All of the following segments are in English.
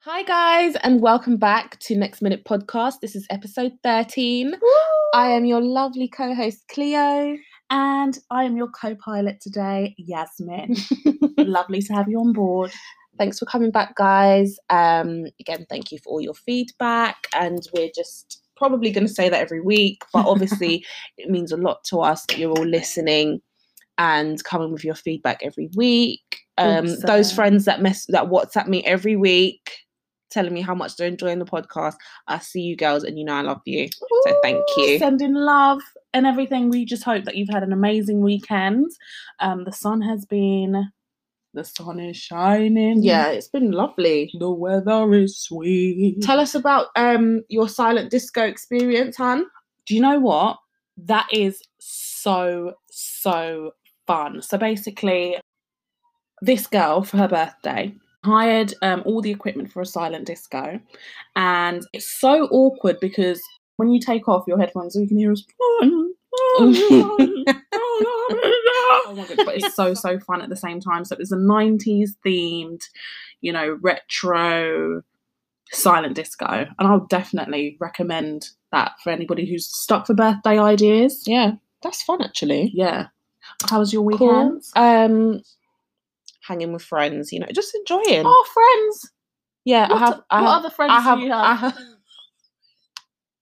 Hi, guys, and welcome back to Next Minute Podcast. This is episode 13. I am your lovely co host, Cleo. And I am your co pilot today, Yasmin. Lovely to have you on board. Thanks for coming back, guys. Um, again, thank you for all your feedback. And we're just probably going to say that every week, but obviously, it means a lot to us that you're all listening and coming with your feedback every week. Um, Those Awesome. friends that mess that WhatsApp me every week, telling me how much they're enjoying the podcast. I see you girls, and you know I love you. So thank you. Sending love and everything. We just hope that you've had an amazing weekend. Um, the sun has been, the sun is shining. Yeah, it's been lovely. The weather is sweet. Tell us about um your silent disco experience, Han. do you know what? That is so, so fun. So basically, this girl for her birthday hired um, all the equipment for a silent disco, and it's so awkward because when you take off your headphones, all you can hear is. Mm-hmm. Oh my god! But it's so so fun at the same time. So it's a '90s themed, you know, retro silent disco, and I'll definitely recommend that for anybody who's stuck for birthday ideas. Yeah, that's fun actually. Yeah. How was your Cool. weekend? Um, hanging with friends, you know, just enjoying. Oh, friends! yeah, What, I have. I what have. other friends I have, do you have? I have.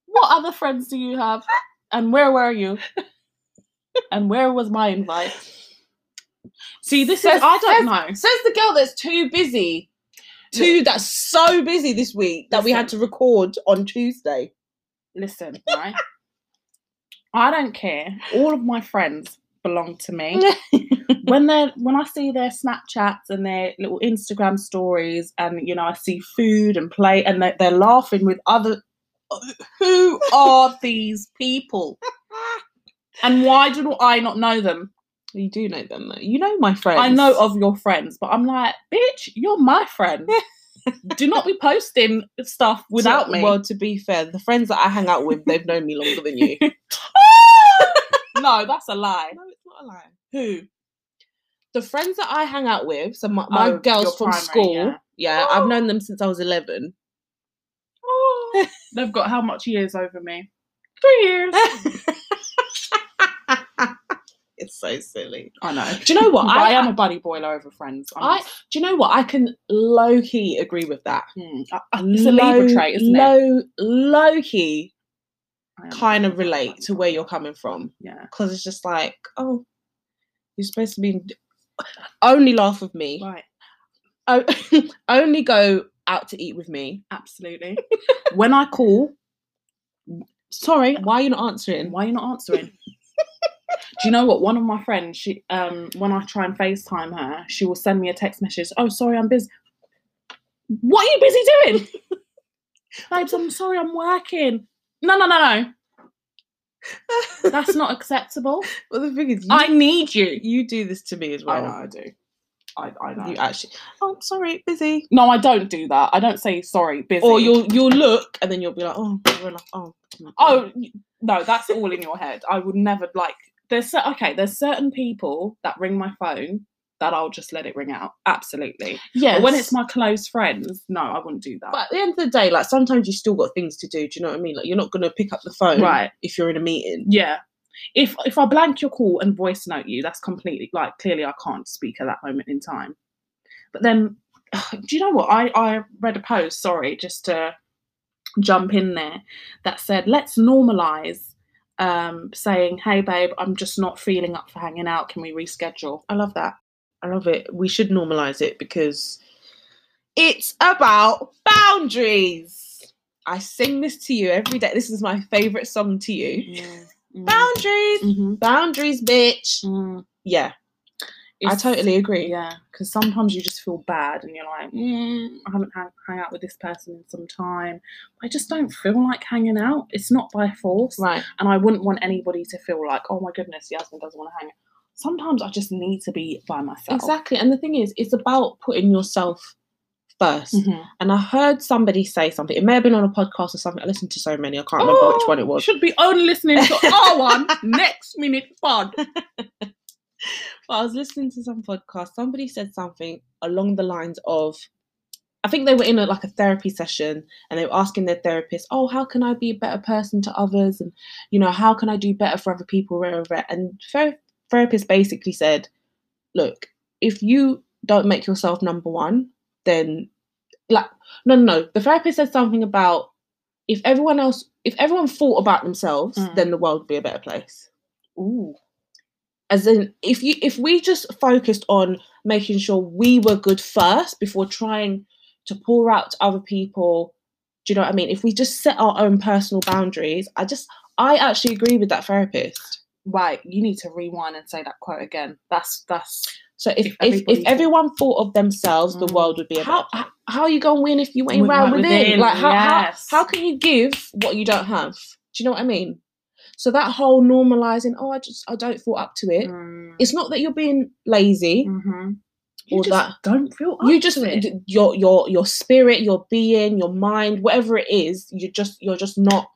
What other friends do you have? And where were you? and where was my invite? See, this Says- is I don't says- know. Says the girl that's too busy. Too that's so busy this week that we had to record on Tuesday. Listen, right? I don't care. All of my friends belong to me. when they are when I see their Snapchats and their little Instagram stories, and you know, I see food and play, and they're, they're laughing with other. Who are these people? And why do I not know them? you do know them though. You know my friends. I know of your friends, but I'm like, bitch, you're my friend. do not be posting stuff without To- me. Well, to be fair, the friends that I hang out with, they've known me longer than you. no, that's a lie. no, it's not a lie. Who? the friends that I hang out with, so my, my Oh, your girls from primary, school, yeah, yeah. I've known them since I was 11. Oh. They've got how much years over me? Three years. It's so silly. I know. Do you know what? But I, I, am a buddy boiler over friends. I'm I- just- do you know what? I can low key agree with that. Mm, I- I- it's a Libra trait, isn't it? low, it? Low key I am a kind of Libra relate to boiler. where you're coming from Yeah. because it's just like, oh, you're supposed to be only laugh with me, Right. oh, only go out to eat with me. Absolutely. when I call, Sorry, why are you not answering? why are you not answering? Do you know what? One of my friends, she um, when I try and FaceTime her, she will send me a text message. Oh, sorry, I'm busy. What are you busy doing? Babes, I'm sorry, I'm working. No, no, no, no. That's not acceptable. Well, the thing is, you, I need you. you do this to me as well. I know I do. I, I know. You actually, oh, sorry, busy. no, I don't do that. I don't say sorry, busy. Or you'll you'll look and then you'll be like, oh, we're like, oh, oh y- no, that's all in your head. I would never like. There's cer- okay. There's certain people that ring my phone that I'll just let it ring out. Absolutely. yeah. But when it's my close friends, no, I wouldn't do that. but at the end of the day, like sometimes you still got things to do. Do you know what I mean? Like you're not gonna pick up the phone, Right. If you're in a meeting, yeah. If if I blank your call and voice note you, that's completely like clearly I can't speak at that moment in time. But then, do you know what? I I read a post. Sorry, just to jump in there that said let's normalize um saying hey babe i'm just not feeling up for hanging out can we reschedule I love that. I love it. We should normalize it because it's about boundaries. I sing this to you every day. This is my favorite song to you. Mm-hmm. Mm. Boundaries, Mhm. boundaries, bitch. Mm. Yeah, Mm-hmm. I It's- totally agree. Yeah, because sometimes you just feel bad and you're like, mm, I haven't hang, hung out with this person in some time. I just don't feel like hanging out. It's not by force. Right. And I wouldn't want anybody to feel like, oh my goodness, Yasmin doesn't want to hang out. Sometimes I just need to be by myself. Exactly. And the thing is, it's about putting yourself 1st Mhm. And I heard somebody say something. It may have been on a podcast or something. I listened to so many, I can't remember which one it was. Oh, Should be only listening to our one next minute pod. But I was listening to some podcast. Somebody said something along the lines of I think they were in a, like a therapy session and they were asking their therapist, "Oh, how can I be a better person to others?" And you know, how can I do better for other people? rah, rah, rah. And ther- therapist basically said, "Look, if you don't make yourself number one, then like no, no, no." The therapist said something about if everyone else, if everyone thought about themselves, Mm. then the world would be a better place Ooh. as in if you if we just focused on making sure we were good first before trying to pour out to other people do you know what i mean if we just set our own personal boundaries i just i actually agree with that therapist Right, you need to rewind and say that quote again. That's that's so if If if, if, everybody thought- everyone thought of themselves the Mm. world would be a How- better place. how are you going to win if you ain't Wi- round right within, within, like how, yes. how how can you give what you don't have do you know what i mean so that whole normalizing oh i just i don't fall up to it Mm. it's not that you're being lazy mm-hmm. or that- don't feel you up just to it. d- your your your spirit your being your mind whatever it is you just you're just not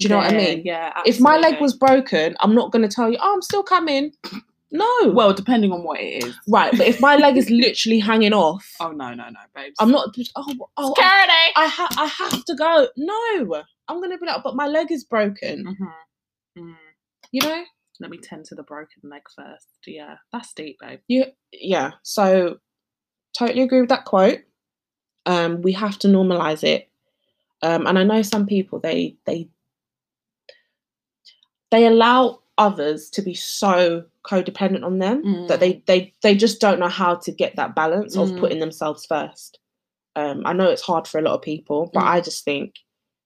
do you know what i Yeah, mean Yeah. if my leg absolutely. was broken i'm not going to tell you oh i'm still coming no well, depending on what it is. right but if my leg is literally hanging off Oh no, no, no, babes. i'm not oh, oh I, Saturday. I, ha- I have to go no i'm going to be like but my leg is broken Mm-hmm. Mm. you know Let me tend to the broken leg first. Yeah, that's deep, babe. you yeah so totally agree with that quote um we have to normalize it um and i know some people they they they allow others to be so codependent on them that they they they just don't know how to get that balance of Mm. putting themselves first um i know it's hard for a lot of people but Mm. i just think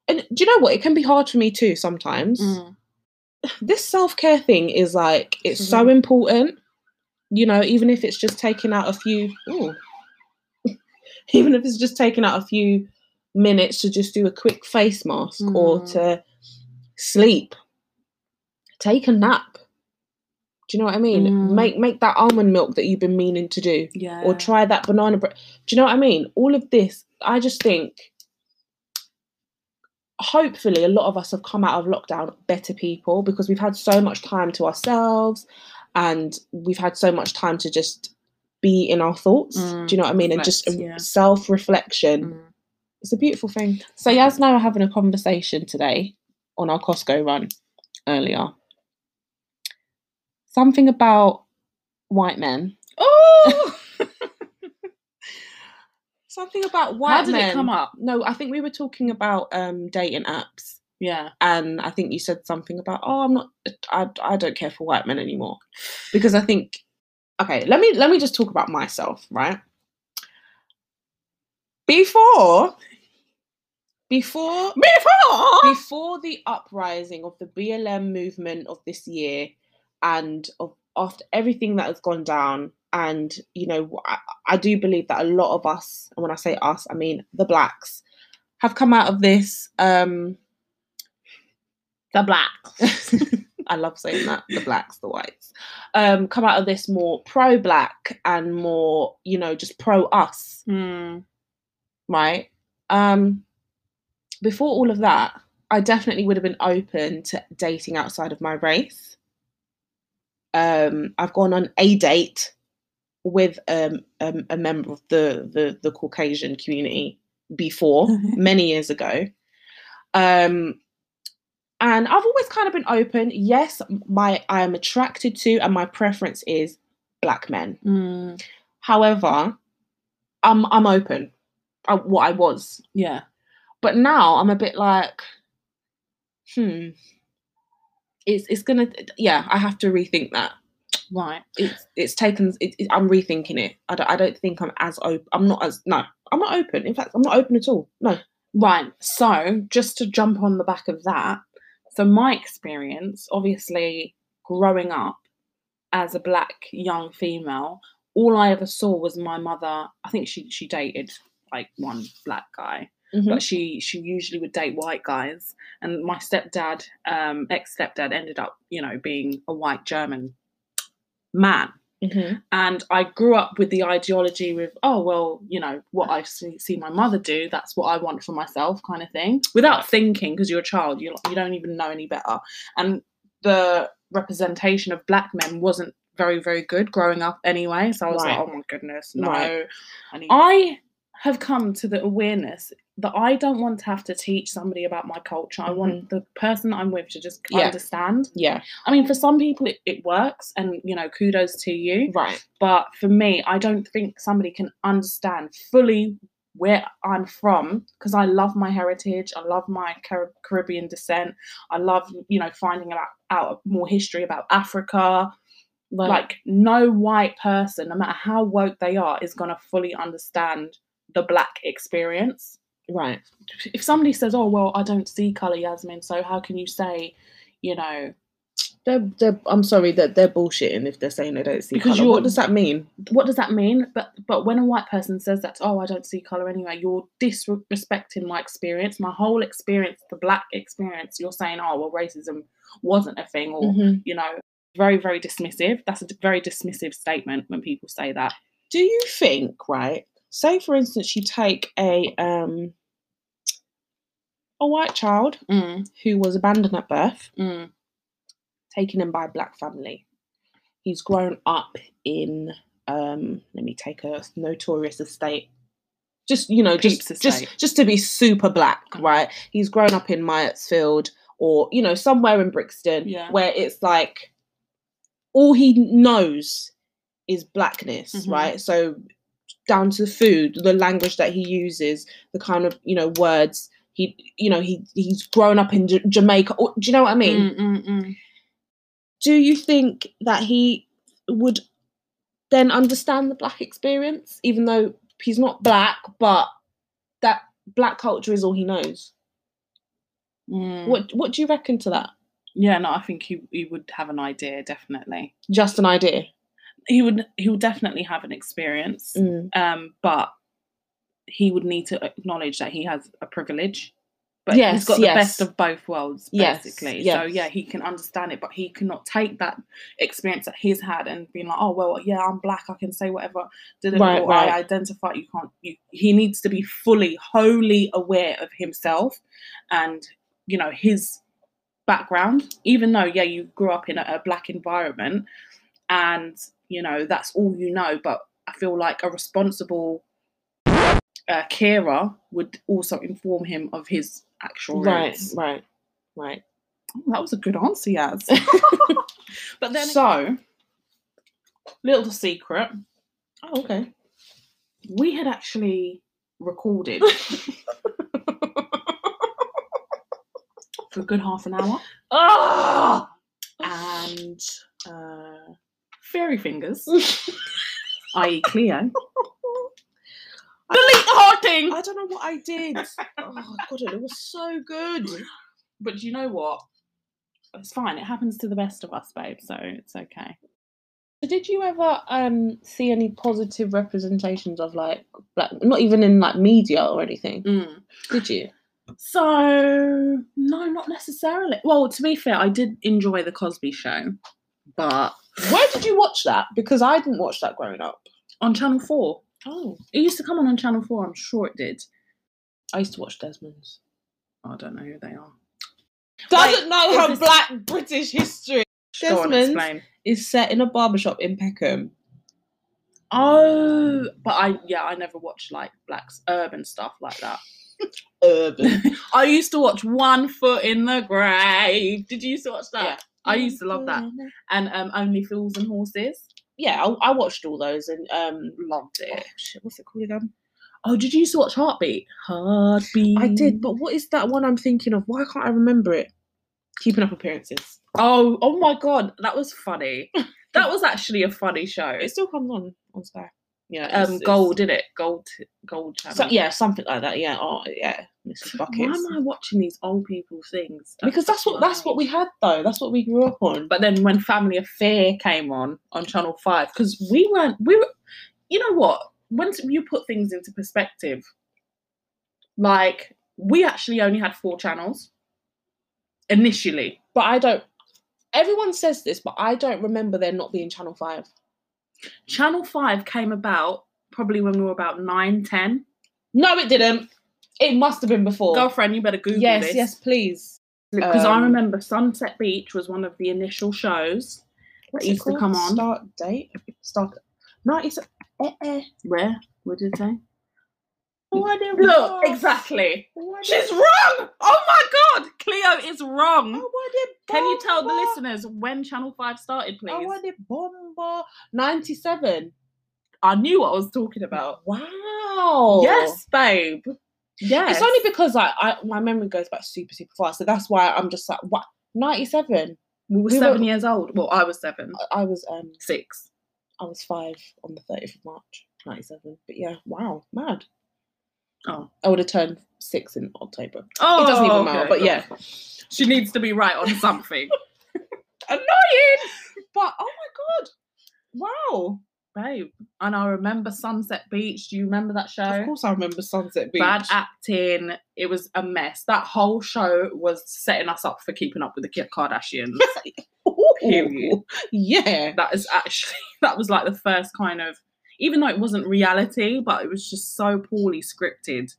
and do you know what it can be hard for me too sometimes Mm. this self care thing is like it's so Mhm. important. You know, even if it's just taking out a few, ooh, even if it's just taking out a few minutes to just do a quick face mask or Mm. to sleep, take a nap. Do you know what I mean? Mm. Make make that almond milk that you've been meaning to do, Yeah. or try that banana bread. Do you know what I mean? All of this, I just think. Hopefully, a lot of us have come out of lockdown better people because we've had so much time to ourselves, and we've had so much time to just be in our thoughts. Mm, do you know what I mean? and reflect, just yeah. self reflection. Mm. It's a beautiful thing. So Yas and I were having a conversation today on our Costco run earlier. Something about white men. Oh, Something about white how did men. it come up? No, I think we were talking about um, dating apps, Yeah. and I think you said something about, "Oh, I'm not. I, I don't care for white men anymore," because I think. Okay, let me let me just talk about myself, right? Before, before Before. before the uprising of the BLM movement of this year and of after everything that has gone down and you know I, I do believe that a lot of us and when I say us I mean the blacks have come out of this um The black. I love saying that the blacks the whites um come out of this more pro black and more you know just pro us Mm. right? Um, before all of that, I definitely would have been open to dating outside of my race. Um, I've gone on a date with um, um, a member of the, the the Caucasian community before many years ago. Um, and I've always kind of been open. Yes, my I am attracted to, and my preference is black men. Mm. However, I'm I'm open. I, what I was Yeah. but now I'm a bit like, hmm. It's it's gonna yeah. I have to rethink that. Right. It's it's taken. It, it- I'm rethinking it. I don't, I don't think I'm as open. I'm not as no. I'm not open. In fact, I'm not open at all. No. Right. So, just to jump on the back of that, so my experience, obviously, growing up as a black young female, all I ever saw was my mother. I think she she dated like one black guy, Mm-hmm. but she she usually would date white guys. And my stepdad, um, ex stepdad, ended up you know being a white German man Mhm. and I grew up with the ideology with oh well you know what I see, see my mother do that's what I want for myself kind of thing without Right. thinking because you're a child you you don't even know any better and the representation of black men wasn't very very good growing up anyway so I was Right. like oh my goodness no Right. I have come to the awareness that I don't want to have to teach somebody about my culture. I want the person that I'm with to just Mm-hmm. Yeah. understand. Yeah. I mean, for some people it, it works, and you know, kudos to you. Right. But for me, I don't think somebody can understand fully where I'm from because I love my heritage. I love my Car- Caribbean descent. I love, you know, finding about, out more history about Africa. Right. Like, no white person, no matter how woke they are, is going to fully understand the black experience right. if somebody says, "Oh well, I don't see color, Yasmin," so how can you say, you know, They're, they're, I'm sorry that they're bullshitting if they're saying they don't see Because color. you're- What does that mean? what does that mean? But but when a white person says that, "Oh, I don't see color anyway," you're disrespecting my experience, my whole experience, the black experience. You're saying, "Oh well, racism wasn't a thing," or Mm-hmm. you know, very very dismissive. That's a d- very dismissive statement when people say that. Do you think, right? Say, for instance, you take a um, a white child Mm, who was abandoned at birth, mm, taken in by a black family. He's grown up in um, let me take a notorious estate. Just you know, just Peeps just estate. just to be super black, Mhm. right? He's grown up in Myattsfield or you know somewhere in Brixton Yeah. where it's like all he knows is blackness, Mhm. right? So down to the food, the language that he uses, the kind of you know words he you know he he's grown up in J- Jamaica. Or, do you know what I mean? mm, mm, mm. do you think that he would then understand the black experience even though he's not black but that black culture is all he knows Mm. what what do you reckon to that Yeah, no, I think he he would have an idea definitely. just an idea He would he would definitely have an experience. Mm. um, but he would need to acknowledge that he has a privilege. But he's Yes, got yes. the best of both worlds, Yes, basically. So yes. yeah, he can understand it, but he cannot take that experience that he's had and being like, oh well, yeah, I'm black, I can say whatever. Didn't Right, or right. I identify. You can't. You, he needs to be fully, wholly aware of himself, and you know his background. Even though yeah, you grew up in a, a black environment, and you know that's all you know but i feel like a responsible uh, carer would also inform him of his actual right rights right right that was a good answer yes but then so little secret oh, okay we had actually recorded for a good half an hour oh! and uh, fairy fingers i.e cleo delete the whole thing i don't know what i did oh god it was so good But you know what? It's fine. It happens to the best of us, babe. So it's okay. So did you ever um see any positive representations of like black not even in like media or anything? Did you? So no, not necessarily. Well, to be fair, I did enjoy the Cosby Show, but Where did you watch that? Because I didn't watch that growing up. on Channel Four, Oh. it used to come on on Channel Four. I'm sure it did. I used to watch Desmond's. I don't know who they are. Doesn't know is her this- black British history. Go on, Desmond's? explain. Is set in a barbershop in Peckham. Oh, but I yeah, I never watched like blacks urban stuff like that. Urban. I used to watch One Foot in the Grave. Did you used to watch that? Yeah. I used to love that. And um, Only Fools and Horses. Yeah, I, I watched all those and um Loved it. oh, shit, what's it called again? Oh, did you used to watch Heartbeat? Heartbeat. I did, but what is that one I'm thinking of? Why can't I remember it? Keeping up appearances. Oh, oh my god, that was funny. that was actually a funny show. It still comes on on Sky. Yeah, it's- um, it's- gold, in it? Gold, gold channel. So, yeah, something like that. Yeah. Oh, yeah. Mrs. Why Buckets. am I watching these old people things? Because that's what that's what we had though. That's what we grew up on. But then when Family Affair came on on Channel Five, because we weren't, we were, you know what? Once you put things into perspective, like we actually only had four channels initially. But I don't. Everyone says this, but I don't remember there not being Channel Five. Channel Five came about probably when we were about nine, ten. No, it didn't. It must have been before. Girlfriend, you better Google yes, this. yes, please. Because I Um, remember Sunset Beach was one of the initial shows. What's used to come on. Start date. Start. No, it's. Eh, eh. Where? What did it say? Why did we Look, ask? exactly. Why did- She's wrong. Oh my god, Cleo is wrong. Oh, why did Can you tell the Bomba- listeners when Channel 5 started, please? Oh, why did Bomba 97? I knew what I was talking about. Wow. Yes, babe. Yes. Oh. It's only because like I, my memory goes back super super fast, so that's why I'm just like what 97. we were we seven were- years old. Well, I was seven. I was um Six. I was five on the 30th of March 97. But yeah, wow, mad. Oh. I would have turned six in October. Oh, it doesn't even matter, okay, but cool. yeah. She needs to be right on something. Annoying! But oh my god, wow. babe. And I remember Sunset Beach. Do you remember that show? Of course, I remember Sunset Beach. Bad acting. It was a mess. That whole show was setting us up for keeping up with the Ki- Kardashians. Ooh, period. Yeah. that is actually that was like the first kind of even though it wasn't reality but it was just so poorly scripted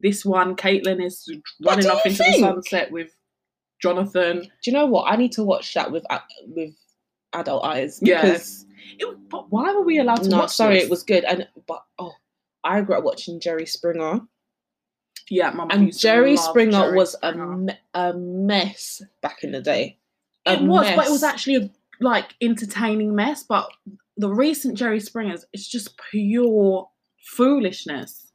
this one caitlin is running do off you into the think? sunset with jonathan Do you know what? I need to watch that with a- with adult eyes. Yeah. Because It- but why were we allowed to no, watch sorry, this? it was good. And but oh, I grew up watching Jerry Springer, yeah my mum and Oh, used to Jerry love Springer Jerry was a, Springer. me- a mess back in the day. A it was but it mess. was actually a like entertaining mess but the recent jerry springers it's just pure foolishness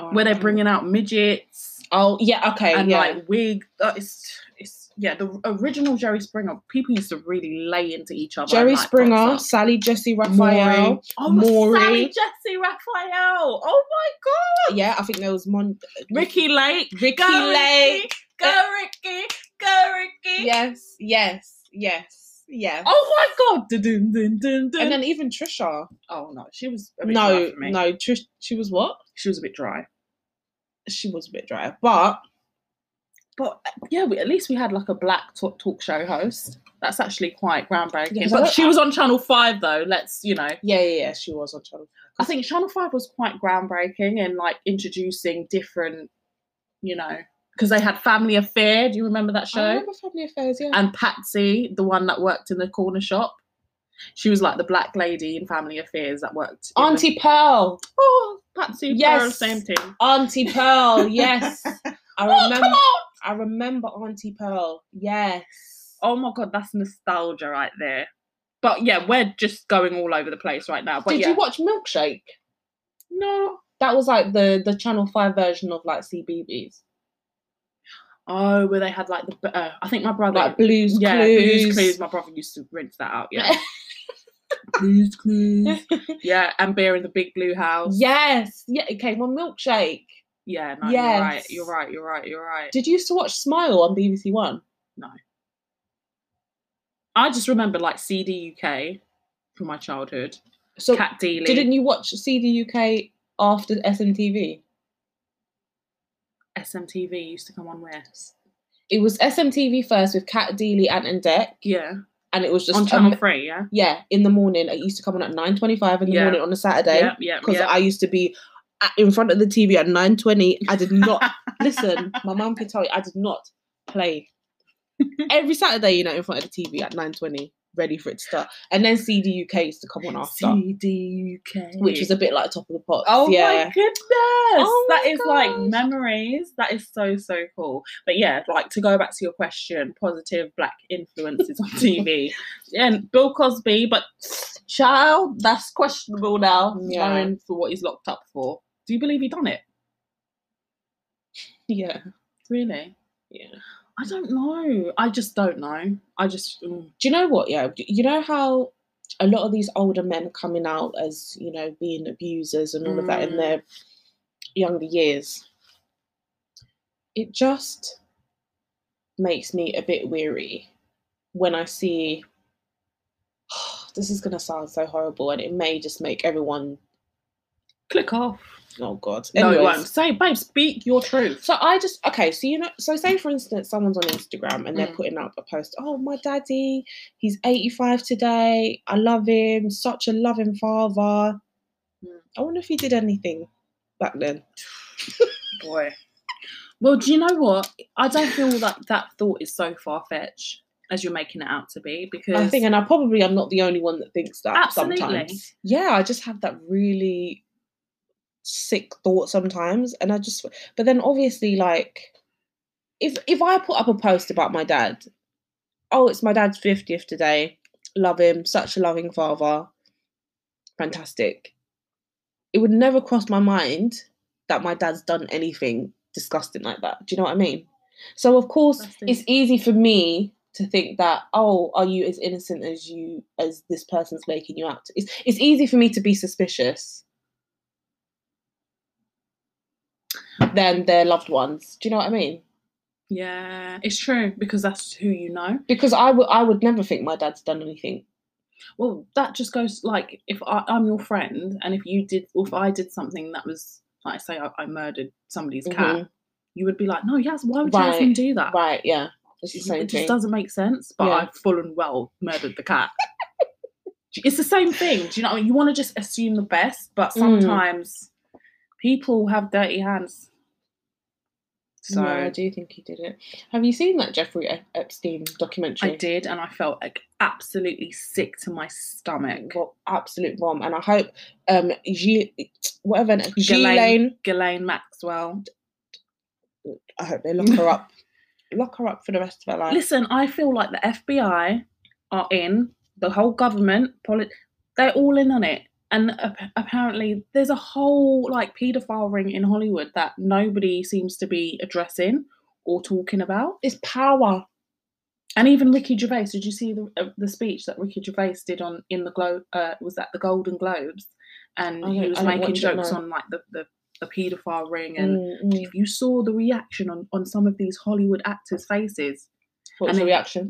Oh, where they're okay. bringing out midgets Oh yeah, okay, and yeah. like wig. Uh, it's it's yeah. The original Jerry Springer. People used to really lay into each other. and, Jerry like, Springer, box Sally Jesse up. Raphael. Maury. oh, Maury. Sally Jesse Raphael. Oh my god, Yeah, I think there was uh, Mon Ricky Lake, Ricky go Lake. Ricky, go Ricky, go Ricky. Yes, yes, yes, yes. Oh my god. Dun, dun, dun, dun. and then even Trisha. oh no, she was a bit dry No, for me. no, Trish. She was what? She was a bit dry. She was a bit dry, but But uh, yeah, we, at least we had like a black talk, talk show host. That's actually quite groundbreaking. Yeah, 'cause I but don't- she was on Channel Five though. Let's you know. yeah, yeah, yeah. She was on Channel. I think Channel Five was quite groundbreaking in like introducing different, you know, because they had Family Affair. Do you remember that I show? remember Family Affairs. Yeah. And Patsy, the one that worked in the corner shop, she was like the black lady in Family Affairs that worked. in the- Auntie Pearl. oh, Patsy, Yes. yes, same thing. Auntie Pearl. Yes. I Oh, come remember. on! I remember Auntie Pearl. Yes. Oh my god, that's nostalgia right there. But yeah, we're just going all over the place right now. But Did yeah. you watch Milkshake? No. That was like the the Channel Five version of like CBBS, Oh, where they had like the uh, I think my brother like Blues yeah, Clues. Blues Clues. My brother used to rinse that out. Yeah. Blues Clues. Yeah, and beer in the big blue house. Yes, yeah, it came on Milkshake. Yeah, no, Yes. you're right. You're right. You're right. You're right. Did you used to watch Smile on BBC One? I just remember like CD UK from my childhood. So Cat Dealey. didn't you watch CD UK after SMTV? SMTV used to come on where? It was SMTV first with Kat Deely, Ant and Deck, Yeah, and it was just a- on Channel Three. Yeah. yeah, in the morning. It used to come on at nine twenty-five in the Yeah. morning on a Saturday Yep, yep, because yep. I used to be at, in front of the TV at nine twenty. I did not listen. My mum could tell you I did not play every Saturday. You know, in front of the TV at nine twenty, ready for it to start, and then CD UK used to come on after. CD UK. which was a bit like top of the pops. Oh yeah. my goodness! Oh that my is gosh. like memories. That is so so cool. But yeah, like to go back to your question, positive black influences on TV. And Bill Cosby, but child, that's questionable now. Yeah. Knowing for what he's locked up for. Do you believe he done it? Yeah. Really? Yeah. I don't know. I just don't know. I just mm, Do you know what? Yeah. You know how a lot of these older men coming out as, you know, being abusers and all of that in Mm. their younger years. It just makes me a bit weary when I see this is gonna sound so horrible and it may just make everyone click off. oh god. No, it Anyways. won't. Say, babe, speak your truth. So I just okay. So you know, so say for instance, someone's on Instagram and they're Mm. putting up a post. Oh, my daddy, he's eighty-five today. I love him. Such a loving father. Mm. I wonder if he did anything back then. boy. Well, do you know what? I don't feel like that thought is so far fetched as you're making it out to be because I think, and I probably am not the only one that thinks that. absolutely. Sometimes, yeah, I just have that really sick thought sometimes and i just but then obviously like if if i put up a post about my dad oh it's my dad's 50th today love him such a loving father fantastic it would never cross my mind that my dad's done anything disgusting like that do you know what i mean so of course Disgusting. it's easy for me to think that oh are you as innocent as you as this person's making you out to? it's it's easy for me to be suspicious than their loved ones do you know what i mean Yeah, it's true because that's who you know. because i would i would never think my dad's done anything Well, that just goes like if I, I'm your friend and if you did, or if I did something that was like say I, I murdered somebody's cat, you would be like, no, yes, why would you let Mm-hmm. them Right, do that? right yeah it's the It, same it thing just doesn't make sense. But Yeah. I full and well murdered the cat. it's the same thing. Do you know? What I mean? You want to just assume the best, but Mm. sometimes people have dirty hands. So so i do think he did it have you seen that jeffrey Ep- epstein documentary I did, and I felt like absolutely sick to my stomach. Well, absolute bomb, and I hope um, G- whatever Ghislaine. Ghislaine Ghislaine Maxwell. I hope they lock her up. lock her up for the rest of her life. Listen, I feel like the FBI are in, the whole government, poli- they're all in on it. And ap- apparently, there's a whole like paedophile ring in Hollywood that nobody seems to be addressing or talking about. It's power. And even Ricky Gervais. Did you see the, uh, the speech that Ricky Gervais did on in the Globe? Uh, was at the Golden Globes, and I he don't- was I don't making watch it, jokes no. on like the the, the paedophile ring and. Mm, mm. If you saw the reaction on, on some of these Hollywood actors' faces, What's and the then- reaction?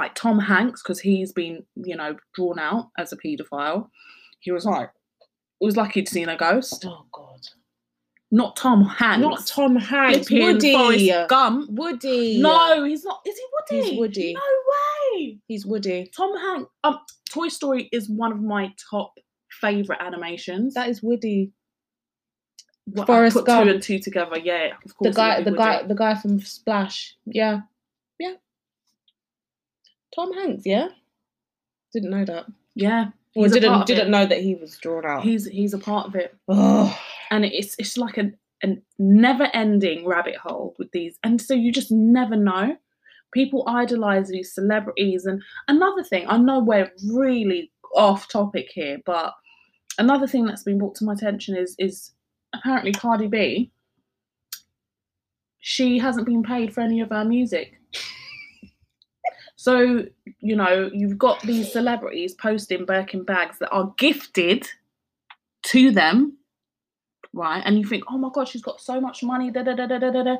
like Tom Hanks, because he's been, you know, drawn out as a paedophile, he was like, it was like he'd seen a ghost. Oh God! Not Tom Hanks. Not Tom Hanks. Flipping Woody. Forrest Gump. Woody. No, he's not. Is he Woody? He's Woody. No way. he's Woody. Tom Hanks. Um, Toy Story is one of my top favorite animations. That is Woody. Well, I Forrest put Gump. two and two together. Yeah, of course. The it guy, would the be guy, Woody. the guy from Splash. Yeah, yeah. Tom Hanks. Yeah. Didn't know that. Yeah, Well, He's a part didn't of didn't it. know that he was drawn out. he's he's a part of it. Ugh. and it's it's like a, a never ending rabbit hole with these and so you just never know people idolize these celebrities and another thing i know we're really off topic here but another thing that's been brought to my attention is is apparently cardi b she hasn't been paid for any of her music so you know you've got these celebrities posting birkin bags that are gifted to them right? And you think, oh my god, she's got so much money. Da da da da da da. da."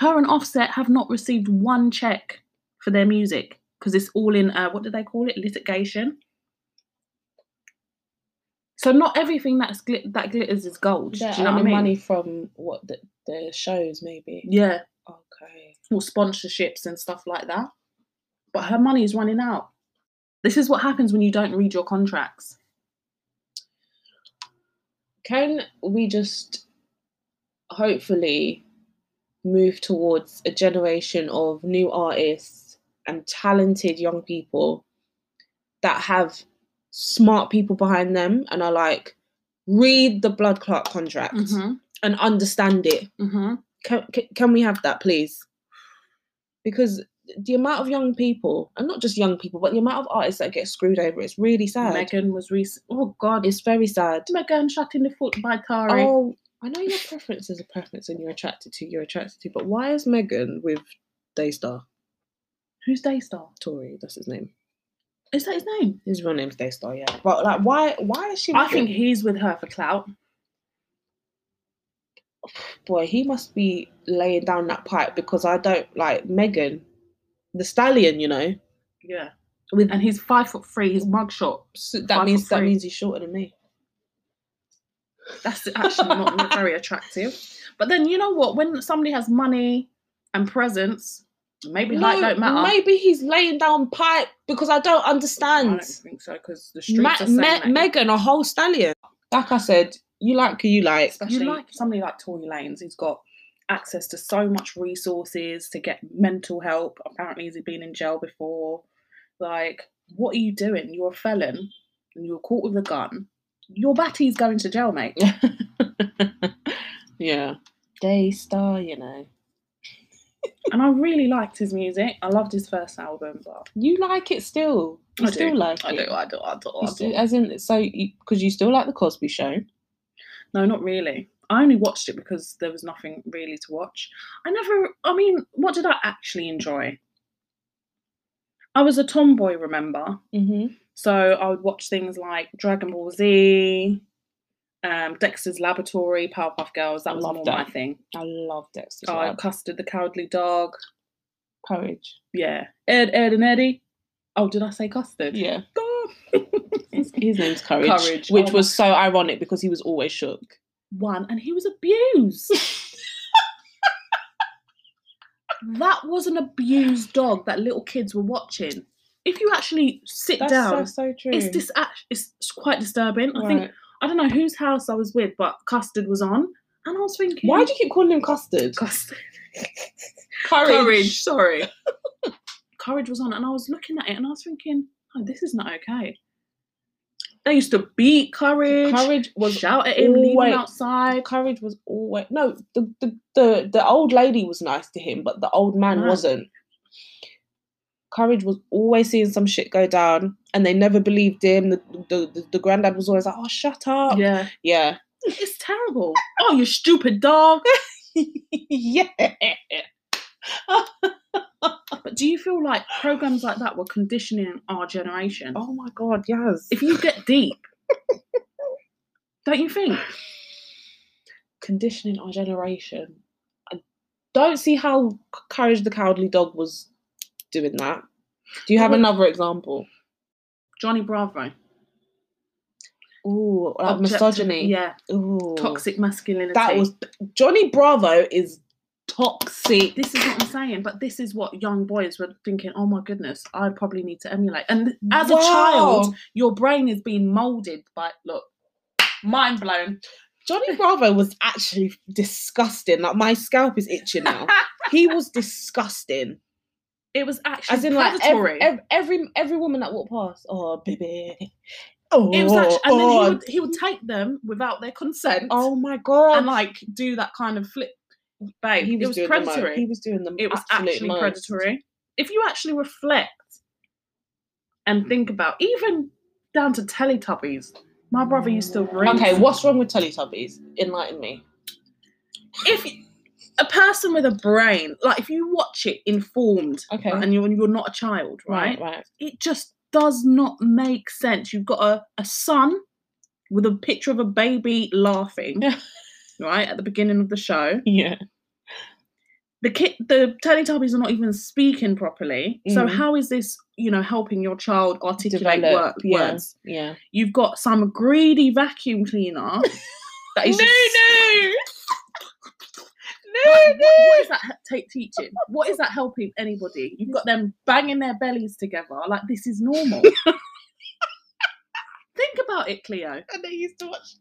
Her and Offset have not received one check for their music because it's all in uh, what do they call it? Litigation. So not everything that's glit- that glitters is gold. They're do you know what I earning mean? money from what the, the shows maybe. Yeah, Okay. or sponsorships and stuff like that. But her money is running out. This is what happens when you don't read your contracts. Can we just hopefully move towards a generation of new artists and talented young people that have smart people behind them and are like, read the blood clot contract and understand it. Mm-hmm. can, c- can we have that please because the amount of young people and not just young people but the amount of artists that get screwed over it's really sad Megan was recent. Oh God, it's very sad Megan shot in the foot by Tari. oh i know your preference is a preference and you're attracted to you're attracted to but why is megan with daystar Who's Daystar? tory that's his name Is that his name? his real name's daystar yeah but like why why is she I with think him? he's with her for clout. boy he must be laying down that pipe because i don't like megan the stallion you know Yeah. With and he's five foot three. His mugshot. so Five that means foot that three. means he's shorter than me That's actually not very attractive. But then you know what? When somebody has money and presence, maybe height No, don't matter. Maybe he's laying down pipe because I don't I understand. don't think so because the streets Ma- are saying Me- that he- Megan, a whole stallion. Like I said, you like who you like. especially you like somebody like Tory Lanez, who's got access to so much resources to get mental help. Apparently, he's been in jail before. Like, what are you doing? You're a felon, and you were caught with a gun, your batty's going to jail, mate. yeah. Day star, you know. and I really liked his music. I loved his first album, but You like it still. You I do. still like I it. do, I do, I do, You I still- do. as in, so because you, still like the Cosby Show. No, not really. I only watched it because there was nothing really to watch. I never, I mean, what did I actually enjoy? I was a tomboy, remember? Mm-hmm. So I would watch things like Dragon Ball Z, um, Dexter's Laboratory, Powerpuff Girls. That was Loved more that. my thing. I love Dexter's Oh, Lab. Custard the Cowardly Dog. Courage. Yeah. Ed, Ed, and Eddie. Oh, did I say Custard? Yeah, He's his name's Courage, Courage. which Oh was so ironic because he was always shook. One, and he was abused. that was an abused dog that little kids were watching. If you actually sit That's down, so so true. it's dis- act- it's it's quite disturbing. I think Right. I don't know whose house I was with, but custard was on, and I was thinking, Why do you keep calling him custard? custard? Courage. Courage, sorry. Courage was on, and I was looking at it, and I was thinking, oh, this is not okay. They used to beat Courage, Courage was was shout at him, leave him always- outside. Courage was always no. The, the the the old lady was nice to him, but the old man Man. wasn't. Courage was always seeing some shit go down, and they never believed him. The the, the, the granddad was always like, "Oh, shut up." Yeah, Yeah, yeah, it's terrible. oh, you stupid dog. But do you feel like programs like that were conditioning our generation? Oh my god, yes. If you get deep, don't you think? conditioning our generation, I don't see how C- Courage the Cowardly Dog was doing that. Do you have Well, another example? Johnny Bravo. Ooh, like Objective- misogyny. Yeah. Ooh. Toxic masculinity. That was Johnny Bravo is toxic. This is what I'm saying, but this is what young boys were thinking. Oh my goodness, I probably need to emulate. And as Wow. a child, your brain is being molded by look, mind blown. Johnny Bravo was actually disgusting. Like my scalp is itching now. he was disgusting. It was actually As in like predatory. every, every every every woman that walked past, oh baby. Oh, it was actually, and then oh, he would, he would take them without their consent. oh my god. and like do that kind of flip. Babe, he was, doing it was The most. predatory. He was doing the it was absolute actually most. predatory. If you actually reflect and think about, even down to Teletubbies, my brother used to read. Okay, what's wrong with Teletubbies? Enlighten me. if you- a person with a brain, like if you watch it informed, Okay. and you're you're not a child, right? Right, right. It just does not make sense. You've got a, a son with a picture of a baby laughing, right at the beginning of the show. Yeah. the kid the teletubbies are not even speaking properly so Mm. how is this you know helping your child articulate Develop, wor- yeah. words Yeah. you've got some greedy vacuum cleaner that is just- no, what is that he- take teaching what is that helping anybody you've got them banging their bellies together like this is normal think about it cleo And they used to watch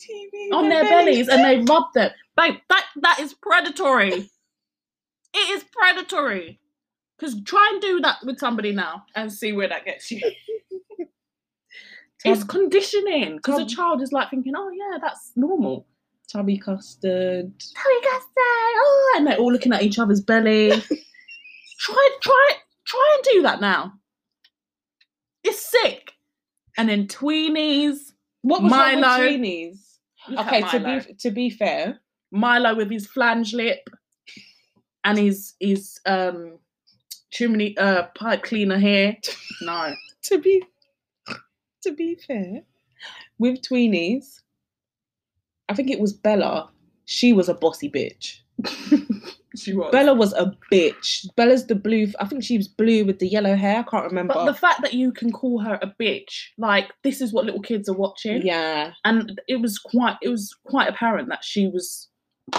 TV on their bellies and they rub them babe that that is predatory it is predatory because try and do that with somebody now and see where that gets you it's Tub- conditioning because a tub- child is like thinking oh yeah that's normal Tubby custard. Tommy Gusto, oh, and they're all looking at each other's belly try try try and do that now it's sick and then tweenies What was Milo. Milo. with Sweeney's? Look at Okay, to Milo. be to be fair, Milo with his flange lip and his his um chimney uh pipe cleaner hair. No. to be to be fair, with Tweenies, I think it was Bella. She was a bossy bitch. she was. Bella was a bitch. Bella's the blue. I think she was blue with the yellow hair. I can't remember. but the fact that you can call her a bitch, like this is what little kids are watching. yeah, And it was quite it was quite apparent that she was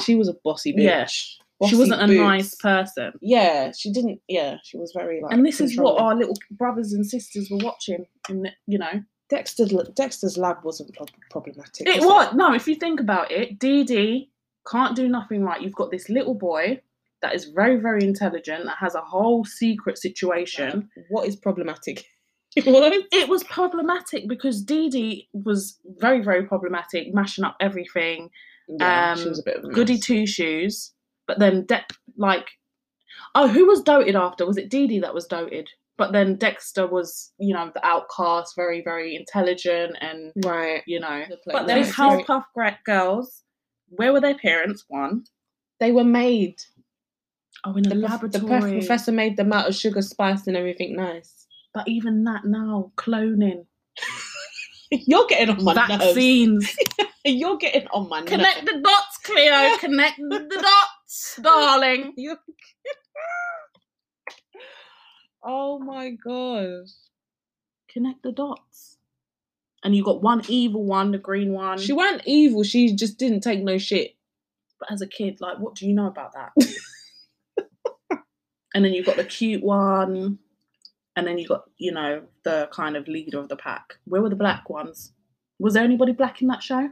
she was a bossy bitch. Yeah. she Bossy wasn't a boots. nice person. Yeah, she didn't. Yeah, she was very like. And this is what controlling. our little brothers and sisters were watching and you know. Dexter's Dexter's lab wasn't prob- problematic. It was. was no. If you think about it, Dee Dee can't do nothing right. You've got this little boy that is very, very intelligent that has a whole secret situation. What is problematic? It was. It was problematic because Dee Dee was very, very problematic, mashing up everything, Yeah, Um, she was a bit of a mess. goody two shoes. But then, De- like, oh, who was doted after? Was it Dee Dee that was doted? But then Dexter was, you know, the outcast, very, very intelligent and, Right. you know. Looked like But then that. Hufflepuff gra- girls, where were their parents? One, They were made. oh, in The, a prof- the laboratory. prof- professor made them out of sugar, spice, and everything nice. But even that now, cloning, You're getting on my nerves. vaccines. You're getting on my Connect nerves. the dots, Cleo. Connect the dots, darling. You're- oh my gosh. Connect the dots. And you got one evil one, the green one. She weren't evil. She just didn't take no shit. but as a kid, like, what do you know about that? and then you got the cute one. And then you got, you know, the kind of leader of the pack. Where were the black ones? Was there anybody black in that show?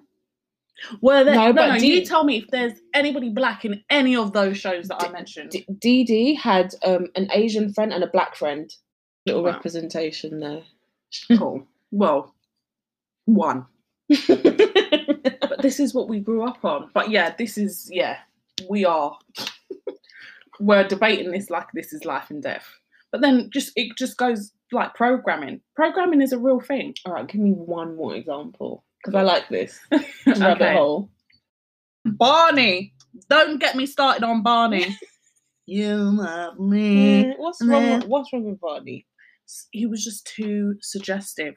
Were there? No, No, no, but do you you- tell me if there's anybody black in any of those shows that I mentioned. D- Dee Dee had um, an Asian friend and a black friend. Little Wow. representation there. cool. Well, one. but this is what we grew up on. But yeah, this is yeah, we are. We're debating this like this is life and death. But then just it just goes like programming. Programming is a real thing. All right, give me one more example because I like this rabbit Okay. hole. Barney, don't get me started on Barney. you love me. Mm, what's and wrong? then- With, what's wrong with Barney? He was just too suggestive.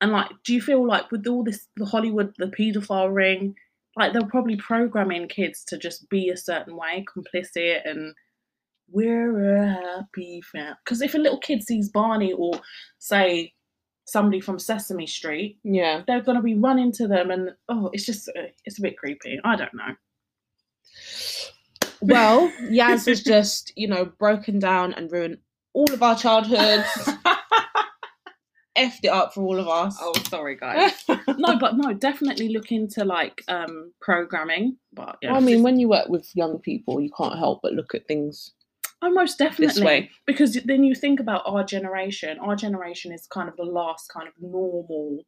And like, do you feel like with all this the Hollywood, the paedophile ring, like they're probably programming kids to just be a certain way, complicit and we're a happy family. Because if a little kid sees Barney or say somebody from Sesame Street, Yeah, they're gonna be running to them, and oh, it's just uh, it's a bit creepy. I don't know. Well, Yaz was just, you know, broken down and ruined all of our childhoods, effed it up for all of us. oh, sorry guys. no, but no, definitely look into like um programming. But yeah, Well, I mean, when you work with young people, you can't help but look at things Oh, most definitely. this way. Because then you think about our generation. Our generation is kind of the last kind of normal,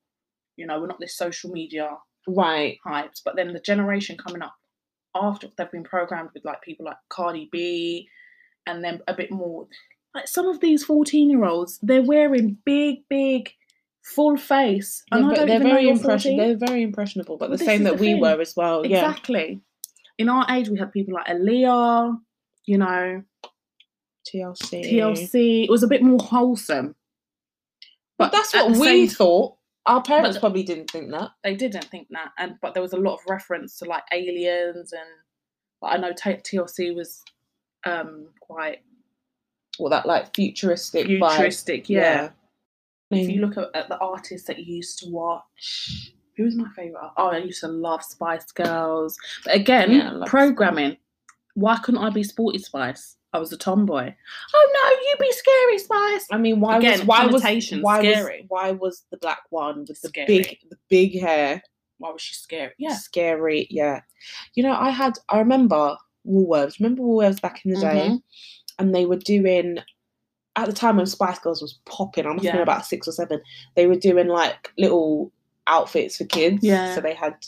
you know, we're not this social media Right. hyped. But then the generation coming up after they've been programmed with like people like Cardi B and then a bit more like some of these 14 year olds, they're wearing big, big, full face. And They're, I ve- don't they're even very know you're impressionable. 14. They're very impressionable, but Well, the this same is that the we thing. were as well. Yeah. Exactly. In our age, we had people like Aaliyah, you know, TLC. TLC. It was a bit more wholesome. But that's at what the we same- thought. Our parents the- probably didn't think that. they didn't think that, and but there was a lot of reference to like aliens and. Like, I know t- TLC was um quite Or that like futuristic, vibe. futuristic. Yeah. If Mm. you look at, at the artists that you used to watch, who was my favorite? Oh, I used to love Spice Girls. But again, Yeah, I love programming. Why couldn't I be Sporty Spice? I was a tomboy. Oh no, you be Scary Spice. I mean, why Again, was why was connotation, why was scary. why was the black one with the Scary. big the big hair Why was she scary? Yeah. scary? Yeah, you know, I had I remember Woolworths. Remember Woolworths back in the day, Mhm. and they were doing at the time when Spice Girls was popping. I must have been Yeah. about six or seven. They were doing like little outfits for kids. Yeah. So they had. a-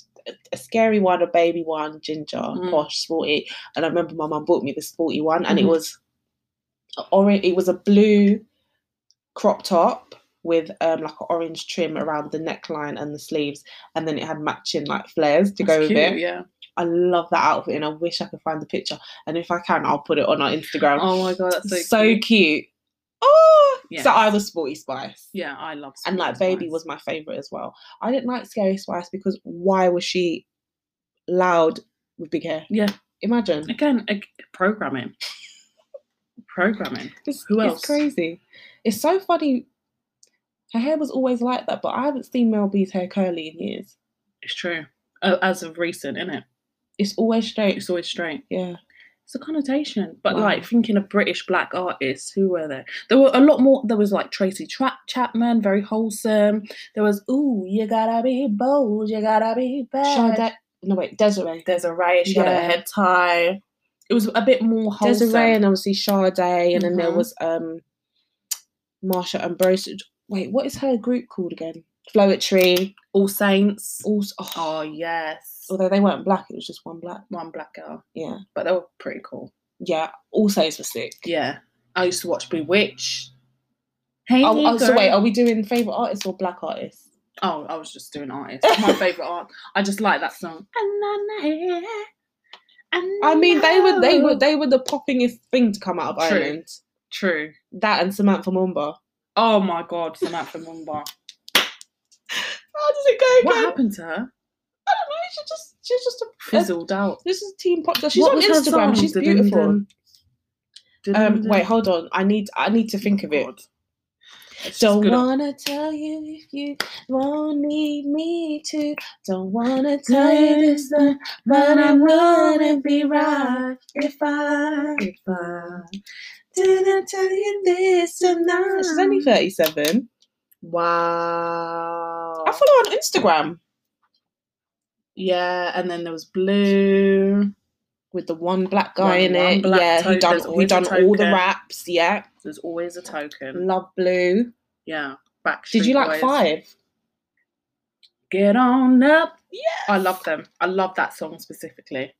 A scary one, a baby one, ginger, Mm. posh, sporty, and I remember my mum bought me the sporty one, and it Mhm. was orange. It was a blue crop top with um like an orange trim around the neckline and the sleeves and then it had matching like flares to go That's with it cute, Yeah. i love that outfit and i wish i could find the picture and if i can i'll put it on our instagram Oh my god, that's so, so, cute. oh Yes. so i was sporty spice Yeah, I love. and like Spice baby Spice. was my favorite as well i didn't like scary spice because why was she loud with big hair Yeah. imagine again ag- programming. programming. It's, Who It's else? crazy. It's so funny. Her hair was always like that, but I haven't seen Mel B's hair curly in years. It's true. Uh, as of recent, isn't it? It's always straight. It's always straight. Yeah. It's a connotation, but Wow. like thinking of British black artists, who were there? There were a lot more. There was like Tracy Tra- Chapman, very wholesome. There was ooh, you gotta be bold, you gotta be bad. Sade- no wait, Desiree. There's a Ray. She had Yeah. a head tie. It was a bit more wholesome. Mm-hmm. Desiree and obviously Sade, and then there Mhm. was um Marsha Ambrose. wait, what is her group called again? Flowetry, All Saints. also, oh, Oh yes. although they weren't black, it was just one black. One black girl, Yeah. but they were pretty cool. Yeah, all saints were sick. Yeah. I used to watch Bewitched. Hey, Oh, oh, so girl. wait, are we doing favourite artists or black artists? Oh, I was just doing artists. My favorite art. I just like that song. I I mean, they were they were they were the poppingest thing to come out of True. Ireland. true. That and Samantha Mumba. Oh my god, Samantha Mumba. How does it go What again? happened to her? I don't know. She's just she's just a Fizzled out. this is team pop. She's What on was her Instagram. song? She's Dun-dun-dun. beautiful. Um, Dun-dun-dun. wait, hold on. I need I need to think of it. God. It's just Don't good art. wanna tell you if you won't need me to. Don't wanna tell you this, but I'm gonna be right if I If I- didn't tell you this and that. She's only thirty-seven. Wow. I follow her on Instagram yeah, and then there was blue. with the one black guy in One- one it. black yeah, token. he done There's he always a done all the token. raps. Yeah, There's always a token. love blue. Yeah. Backstreet Did you like Boys. five? Get on up. Yeah. I love them. I love that song specifically.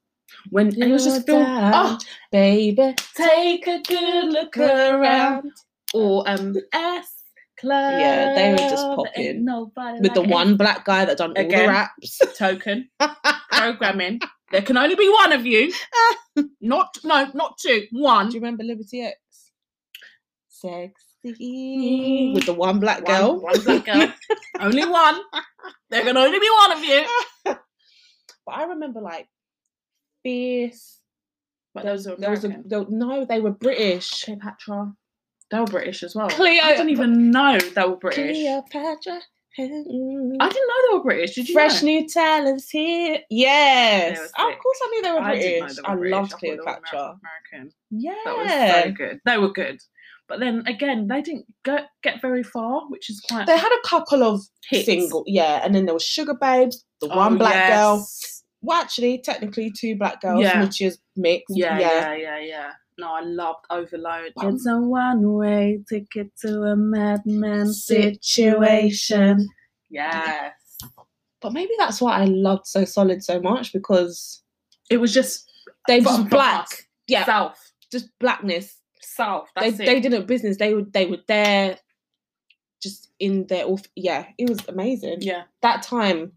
When and it was just filmed. Oh, baby, take a good look around. Or um S Club. Yeah, they were just Ain't popping. nobody with the like one black guy that done all the Again. raps. it. token programming. There can only be one of you. not no, not two. One. Do you remember Liberty X? Sexy. With the one black girl. Mm-hmm. One- One black girl. only one. There can only be one of you. But I remember like fierce. But those are there was a, American. there- no, they were British. Cleopatra. They were British as well. Cleo- I didn't even know they were British. Cleopatra. I didn't know they were British. Did you Fresh know? new talents here. Yes. were Of sick. course I knew they were I didn't know British. they were I, British. loved thought they were Amer- Cleopatra. American. Yeah. That was so good. They were good. But then again, they didn't go, get very far, which is quite They had a couple of hits. single, yeah, and then there was Sugar Babes, the Oh, one black girl. yes. Well, actually, technically two black girls, Yeah. which is mixed. Yeah, yeah, yeah, yeah. No, I loved Overload. It's a one-way ticket to a madman situation. Yes. But maybe that's why I loved So Solid so much because It was just they were From- just from black, us. Yeah. South. just blackness. South. They, That's they it. didn't business. They were they were there, just in their off. Yeah, it was amazing. yeah. That time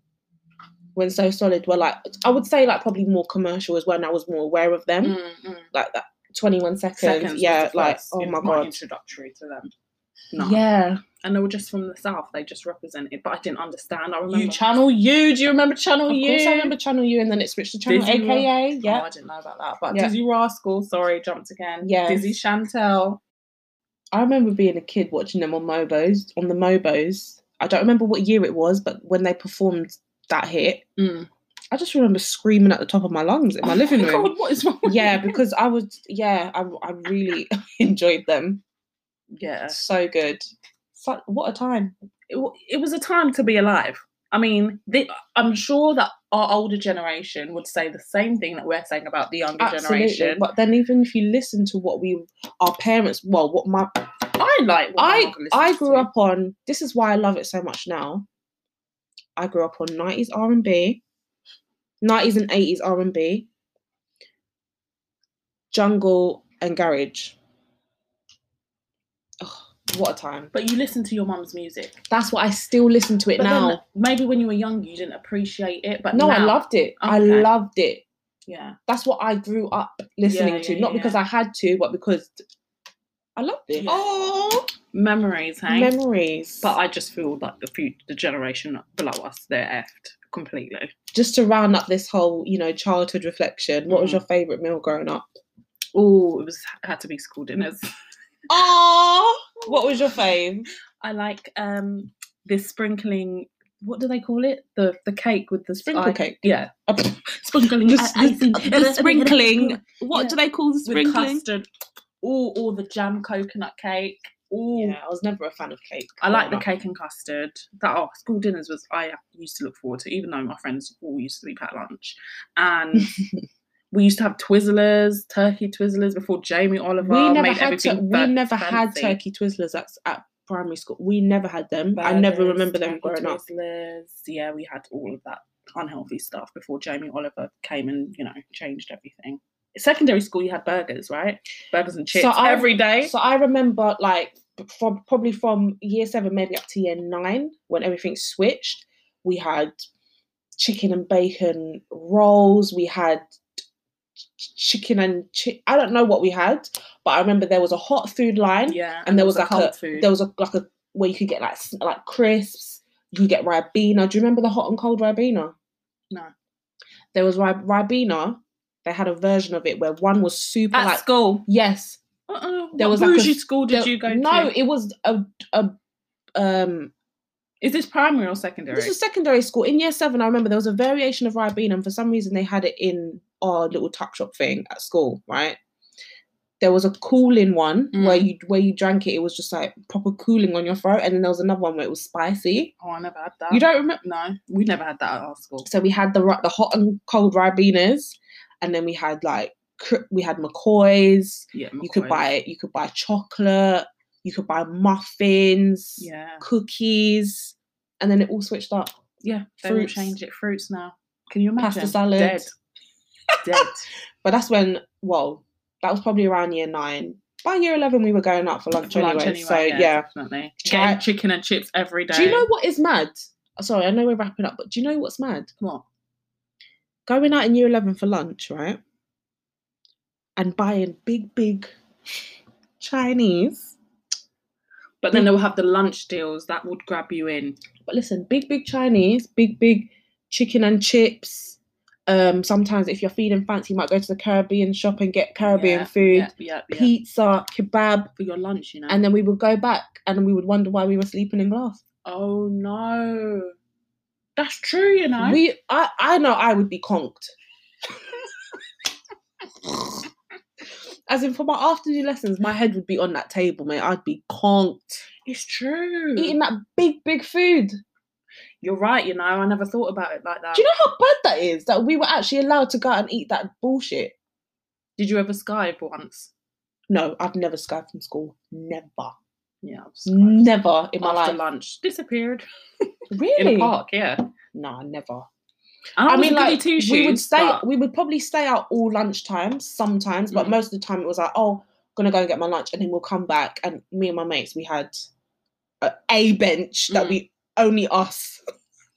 when So Solid were like, I would say like probably more commercial as well. And I was more aware of them, Mm, mm. like that. 21 seconds, Seconds was yeah the like first oh in- my god introductory to them. No. yeah and they were just from the south. They just represented, but I didn't understand. I remember. Channel U. Do you remember Channel Of U? I course I remember remember Channel U, and then it switched to Channel Dizzy AKA. Oh, Yeah, I didn't know about that. But Yeah. Dizzy Rascal, sorry, jumped again. Yes. Dizzy Chantel. I remember being a kid watching them on Mobos. On the Mobos, I don't remember what year it was, but when they performed that hit, I just remember screaming at the top of my lungs in my Oh living room. God, what is wrong? with Yeah, you? because I was. Yeah, I, I really enjoyed them. yeah. So good. So, what a time. It, wa- it was a time to be alive. I mean, the, I'm sure that our older generation would say the same thing that we're saying about the younger Absolutely. generation. But then, even if you listen to what we, our parents, well, what my I like. What my I uncle listens I grew to. up on this is why I love it so much now. I grew up on 90s R&B, 90s and 80s R&B, jungle and garage. Ugh, what a time. But you listen to your mum's music. That's what I still listen to it But now. then maybe when you were younger, you didn't appreciate it. But no, I now- loved it. I Okay. loved it. Yeah. That's what I grew up listening Yeah, to, yeah, not yeah, because I had to, but because I loved it. Yeah. Oh, Memories, hey. memories. But I just feel like the few, the generation below us, they're effed completely. just to round up this whole, you know, childhood reflection, what was Mhm. your favourite meal growing up? Oh, it was had to be school dinners. Oh, what was your fave? I like um this sprinkling. What do they call it? The the cake with the Sprinkle I- cake. Yeah, Uh, sprinkling. The I- s- I the- think- the sprinkling. What Yeah. do they call the with sprinkling? custard. Oh, all the jam coconut cake. Oh, Yeah, I was never a fan of cake. I like the growing up. cake and custard. That oh, school dinners was I used to look forward to, even though my friends all used to leave at lunch. And we used to have Twizzlers, turkey Twizzlers before Jamie Oliver We never had made tur- everything. we fa- never had fancy. turkey twizzlers at, at primary school, we never had them. I Burgers, never remember them turkey growing up. drizzlers. Yeah, we had all of that unhealthy stuff before Jamie Oliver came and you know changed everything. Secondary school, you had burgers, right? Burgers and chips So I- every day. So I remember like from probably from year seven, maybe up to year nine, when everything switched, we had chicken and bacon rolls, we had ch- chicken and chi- I don't know what we had, but I remember there was a hot food line. yeah, and there was it like cold food. There was a like a where you could get like s- like crisps, you could get ribena. Do you remember the hot and cold ribena? No. There was rib- ribena. They had a version of it where one was super at like school. yes, Uh-uh. there What was like a bougie school did the- you go no, to? it was a a um. Is this primary or secondary? This was secondary school in year seven. I remember there was a variation of ribena, and for some reason they had it in our little tuck shop thing at school. Right, there was a cooling one Mm. where you where you drank it. It was just like proper cooling on your throat, and then there was another one where it was spicy. oh, I never had that. You don't remember? No, we never had that at our school. So we had the ri- the hot and cold ribenas, and then we had like cr- we had McCoys. Yeah, You could McCoy. buy you could buy chocolate. You could buy muffins. Yeah, cookies, and then it all switched up. yeah. They Fruits. will change it. Fruits now. Can you imagine? Pasta salad. Dead. Dead. But that's when, well, that was probably around year nine. By year eleven, we were going out for lunch, For anyway, lunch So yeah. definitely. Try- Getting chicken and chips every day. Do you know what is mad? Sorry, I know we're wrapping up, but do you know what's mad? what? Going out in year eleven for lunch, right? And buying big, big Chinese. But then they'll have the lunch deals that would grab you in. But listen, big big Chinese, big big chicken and chips. Um, sometimes if you're feeling fancy, you might go to the Caribbean shop and get Caribbean Yeah, food, Yeah, yeah, yeah. pizza, kebab. for your lunch, you know. and then we would go back and we would wonder why we were sleeping in glass. oh no, that's true, you know. We, I, I know I would be conked. As in, for my afternoon lessons, my head would be on that table, mate. I'd be conked it's true. eating that big, big food. Do You're right, you know. I never thought about it like that. you know how bad that is? That we were actually allowed to go out and eat that bullshit. Did you ever Skype once? No, I've never skyped from school. Never, Yeah, I've skived. never in my After life. lunch, disappeared Really? in a park. Yeah, Nah, never. And I, was mean, a goody like two-shoes, we would stay. but We would probably stay out all lunchtime sometimes, but Mhm. most of the time it was like, oh, gonna go and get my lunch, and then we'll come back. And me and my mates, we had a, a bench that Mhm. we only us oh,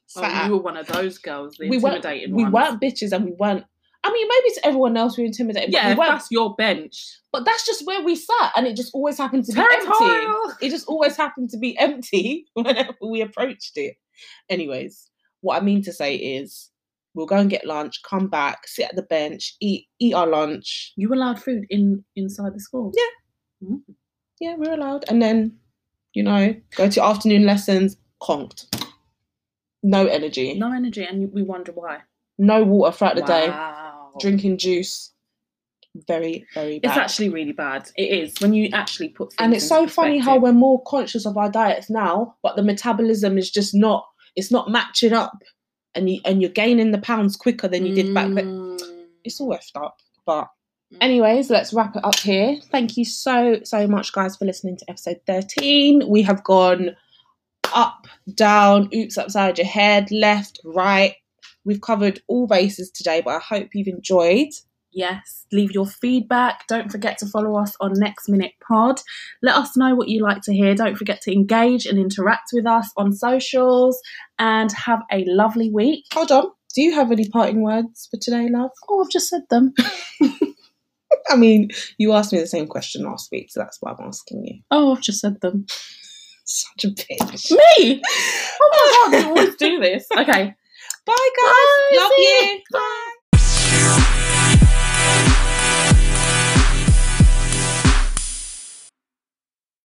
sat you at. were one of those girls, the We weren't. intimidating We ones. weren't bitches, and we weren't. I mean, maybe to everyone else we were intimidated, but, Yeah, if we weren't, that's your bench. but that's just where we sat, and it just always happened to be empty. Territorial. It just always happened to be empty whenever we approached it. Anyways, what I mean to say is we'll go and get lunch, come back, sit at the bench, eat eat our lunch. You allowed food in inside the school. Yeah. Yeah, we're allowed. And then, you know, go to afternoon lessons, conked. No energy. No, No energy, and you, we wonder why. water throughout the day. Wow. Drinking juice. Very, very bad. It's actually really bad. It is when you actually put. and things it's so into funny how perspective. we're more conscious of our diets now but the metabolism is just not it's not matching up and you and you're gaining the pounds quicker than you did back then Mm. it's all effed up but Mm. anyways let's wrap it up here thank you so so much guys for listening to episode 13 we have gone up down oops upside your head left right we've covered all bases today but i hope you've enjoyed Yes, leave your feedback. Don't forget to follow us on Next Minute Pod. Let us know what you like to hear. Don't forget to engage and interact with us on socials. And have a lovely week. hold on do you have any parting words for today love Oh, I've just said them. I mean, you asked me the same question last week, so that's why I'm asking you. Oh, I've just said them. Such a bitch. Me? Oh my god, you always do this. Okay. Bye, guys. Bye, Love see you. Bye.